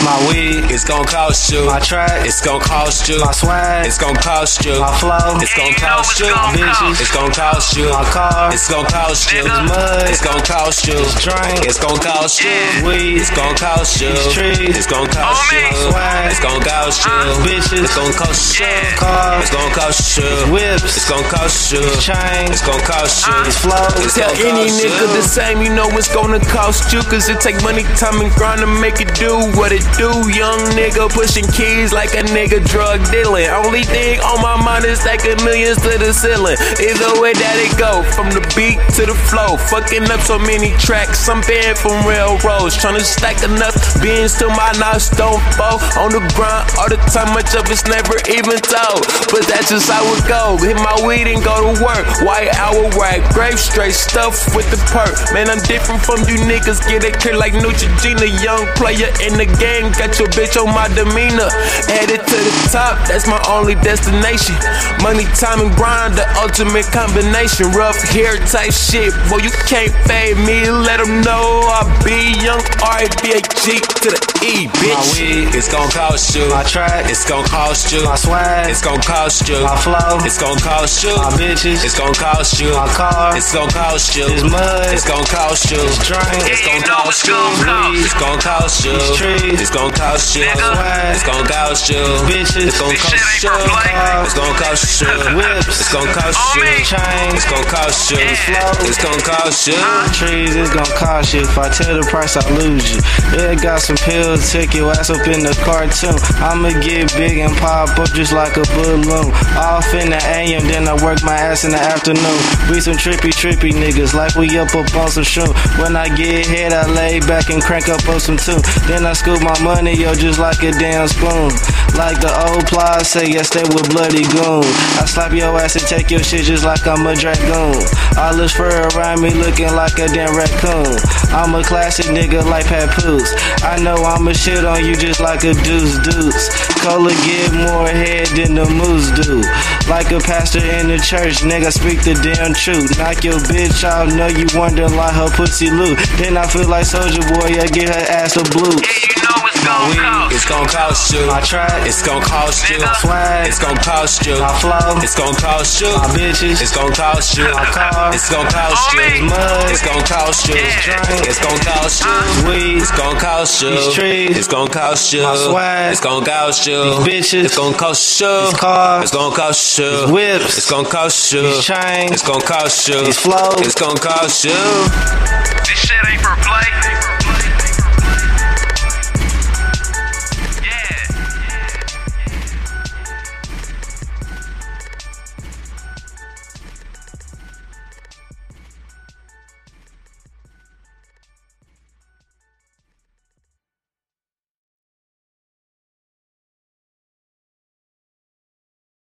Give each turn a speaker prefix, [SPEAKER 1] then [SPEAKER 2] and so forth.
[SPEAKER 1] My weed,
[SPEAKER 2] It's gonna cost you.
[SPEAKER 1] my track,
[SPEAKER 2] It's gonna cost you.
[SPEAKER 1] my swag,
[SPEAKER 2] It's gonna cost you.
[SPEAKER 1] my flow,
[SPEAKER 2] It's gonna
[SPEAKER 3] know
[SPEAKER 2] cost
[SPEAKER 3] it's
[SPEAKER 2] you.
[SPEAKER 3] gonna
[SPEAKER 1] cost.
[SPEAKER 2] It's gonna cost you.
[SPEAKER 1] my car,
[SPEAKER 2] It's gonna cost you.
[SPEAKER 3] Nigga.
[SPEAKER 1] mud,
[SPEAKER 2] It's gonna cost you.
[SPEAKER 1] drink,
[SPEAKER 2] It's gonna cost you.
[SPEAKER 1] weed,
[SPEAKER 2] It's gonna cost you.
[SPEAKER 1] These trees.
[SPEAKER 2] It's gonna cost you.
[SPEAKER 3] Homie.
[SPEAKER 1] Swag.
[SPEAKER 2] It's gonna cost you.
[SPEAKER 1] Bitches.
[SPEAKER 2] It's gonna cost you.
[SPEAKER 3] Yeah.
[SPEAKER 1] cars,
[SPEAKER 2] It's gonna cost you.
[SPEAKER 1] whips,
[SPEAKER 2] It's gonna cost you. It's
[SPEAKER 1] chains,
[SPEAKER 2] gonna cost you.
[SPEAKER 1] it's flow,
[SPEAKER 2] It's
[SPEAKER 4] Tell
[SPEAKER 2] gonna
[SPEAKER 4] any
[SPEAKER 2] cost
[SPEAKER 4] nigga
[SPEAKER 2] you.
[SPEAKER 4] the same, you know it's gonna cost you. Cause it take money, time, and grind to make it do what it do. Young nigga pushing keys like a nigga drug dealing. Only thing on my mind is stacking millions to the ceiling. Either way that it go, from the beat to the flow. Fucking up so many tracks, I'm banned from railroads. Tryna stack enough beans till my knives don't fall. On the grind all the time, much of it's never even told. But that's just how it go. Hit my weed and go to work. White hour rack, grave straight stuff with the perk. Man, I'm different from you niggas. Get it clear like Neutrogena. Young player in the game. Got your bitch on my demeanor. Headed to the top, that's my only destination. Money, time, and grind, the ultimate combination. Rough hair type shit. Boy, you can't fade me. Let 'em know I be young R-A-B-A-G to the E,
[SPEAKER 1] my
[SPEAKER 4] bitch.
[SPEAKER 1] weed,
[SPEAKER 2] It's gonna cost you.
[SPEAKER 1] my track,
[SPEAKER 2] It's gonna cost you.
[SPEAKER 1] my swag,
[SPEAKER 2] It's gonna cost you.
[SPEAKER 1] my flow,
[SPEAKER 2] It's gonna cost you.
[SPEAKER 1] my bitches,
[SPEAKER 2] It's gonna cost you.
[SPEAKER 1] my car,
[SPEAKER 2] It's gonna cost you.
[SPEAKER 1] it's mud,
[SPEAKER 2] It's gonna cost you.
[SPEAKER 1] drink,
[SPEAKER 2] It's gonna
[SPEAKER 3] You know
[SPEAKER 2] cost
[SPEAKER 3] it's
[SPEAKER 2] you.
[SPEAKER 3] gonna cost.
[SPEAKER 2] It's gonna cost you.
[SPEAKER 1] These trees.
[SPEAKER 2] It's gonna cost you.
[SPEAKER 3] Nigga.
[SPEAKER 2] It's gonna cost you.
[SPEAKER 1] Bitches.
[SPEAKER 2] It's gonna
[SPEAKER 3] This shit
[SPEAKER 2] cost
[SPEAKER 3] ain't
[SPEAKER 2] you.
[SPEAKER 3] for play.
[SPEAKER 2] It's gonna cost you.
[SPEAKER 1] Whips.
[SPEAKER 2] It's gonna cost you.
[SPEAKER 3] Homie.
[SPEAKER 1] chains,
[SPEAKER 2] It's gonna cost you.
[SPEAKER 3] Yeah.
[SPEAKER 2] It's gonna cost you.
[SPEAKER 1] trees, it's gonna cost you. If I tell the price, I lose you. Yeah, got some pills, take your ass up in the cartoon. I'ma get big and pop up just like a balloon. Off in the AM, then I work my ass in the afternoon. We some trippy, trippy niggas, like we up up on some shoe. When I get hit, I lay back and crank up on some too. Then I scoop my money, yo, just like a damn spoon. Like the old plies say, yes, they with bloody goon. I slap your ass and take your shit just like I'm a dragoon. All this fur around me looking like a damn raccoon. I'm a classic nigga like Papoose. I know I'ma shit on you just like a deuce deuce. Cola get more head than the moose do. Like a pastor in the church, nigga, speak the damn truth. Knock your bitch out, know you wondering like her pussy loot. Then I feel like Soldier Boy, I get her ass a blue.
[SPEAKER 3] Yeah, you know it's gonna
[SPEAKER 2] It's gonna cost
[SPEAKER 3] cost.
[SPEAKER 2] you.
[SPEAKER 1] My track,
[SPEAKER 2] It's gonna cost you.
[SPEAKER 3] Nigga.
[SPEAKER 1] swag,
[SPEAKER 2] It's gonna cost you.
[SPEAKER 1] my flow,
[SPEAKER 2] It's gonna cost you.
[SPEAKER 1] my bitches,
[SPEAKER 2] It's gonna cost you.
[SPEAKER 1] my car,
[SPEAKER 2] It's gonna cost you.
[SPEAKER 3] Homie.
[SPEAKER 1] mud,
[SPEAKER 2] It's gonna cost you.
[SPEAKER 3] Yeah.
[SPEAKER 2] It's gonna cost you.
[SPEAKER 1] weed,
[SPEAKER 2] It's gonna cost you.
[SPEAKER 1] These trees.
[SPEAKER 2] It's gonna cost you.
[SPEAKER 1] My swag.
[SPEAKER 2] It's gonna cost you.
[SPEAKER 1] These bitches.
[SPEAKER 2] It's gonna cost you.
[SPEAKER 1] These cars.
[SPEAKER 2] It's gonna cost you.
[SPEAKER 1] These whips.
[SPEAKER 2] It's gonna cost you.
[SPEAKER 1] These chains.
[SPEAKER 2] It's gonna cost you.
[SPEAKER 1] These flows.
[SPEAKER 2] It's gonna cost you.
[SPEAKER 3] This shit ain't for play.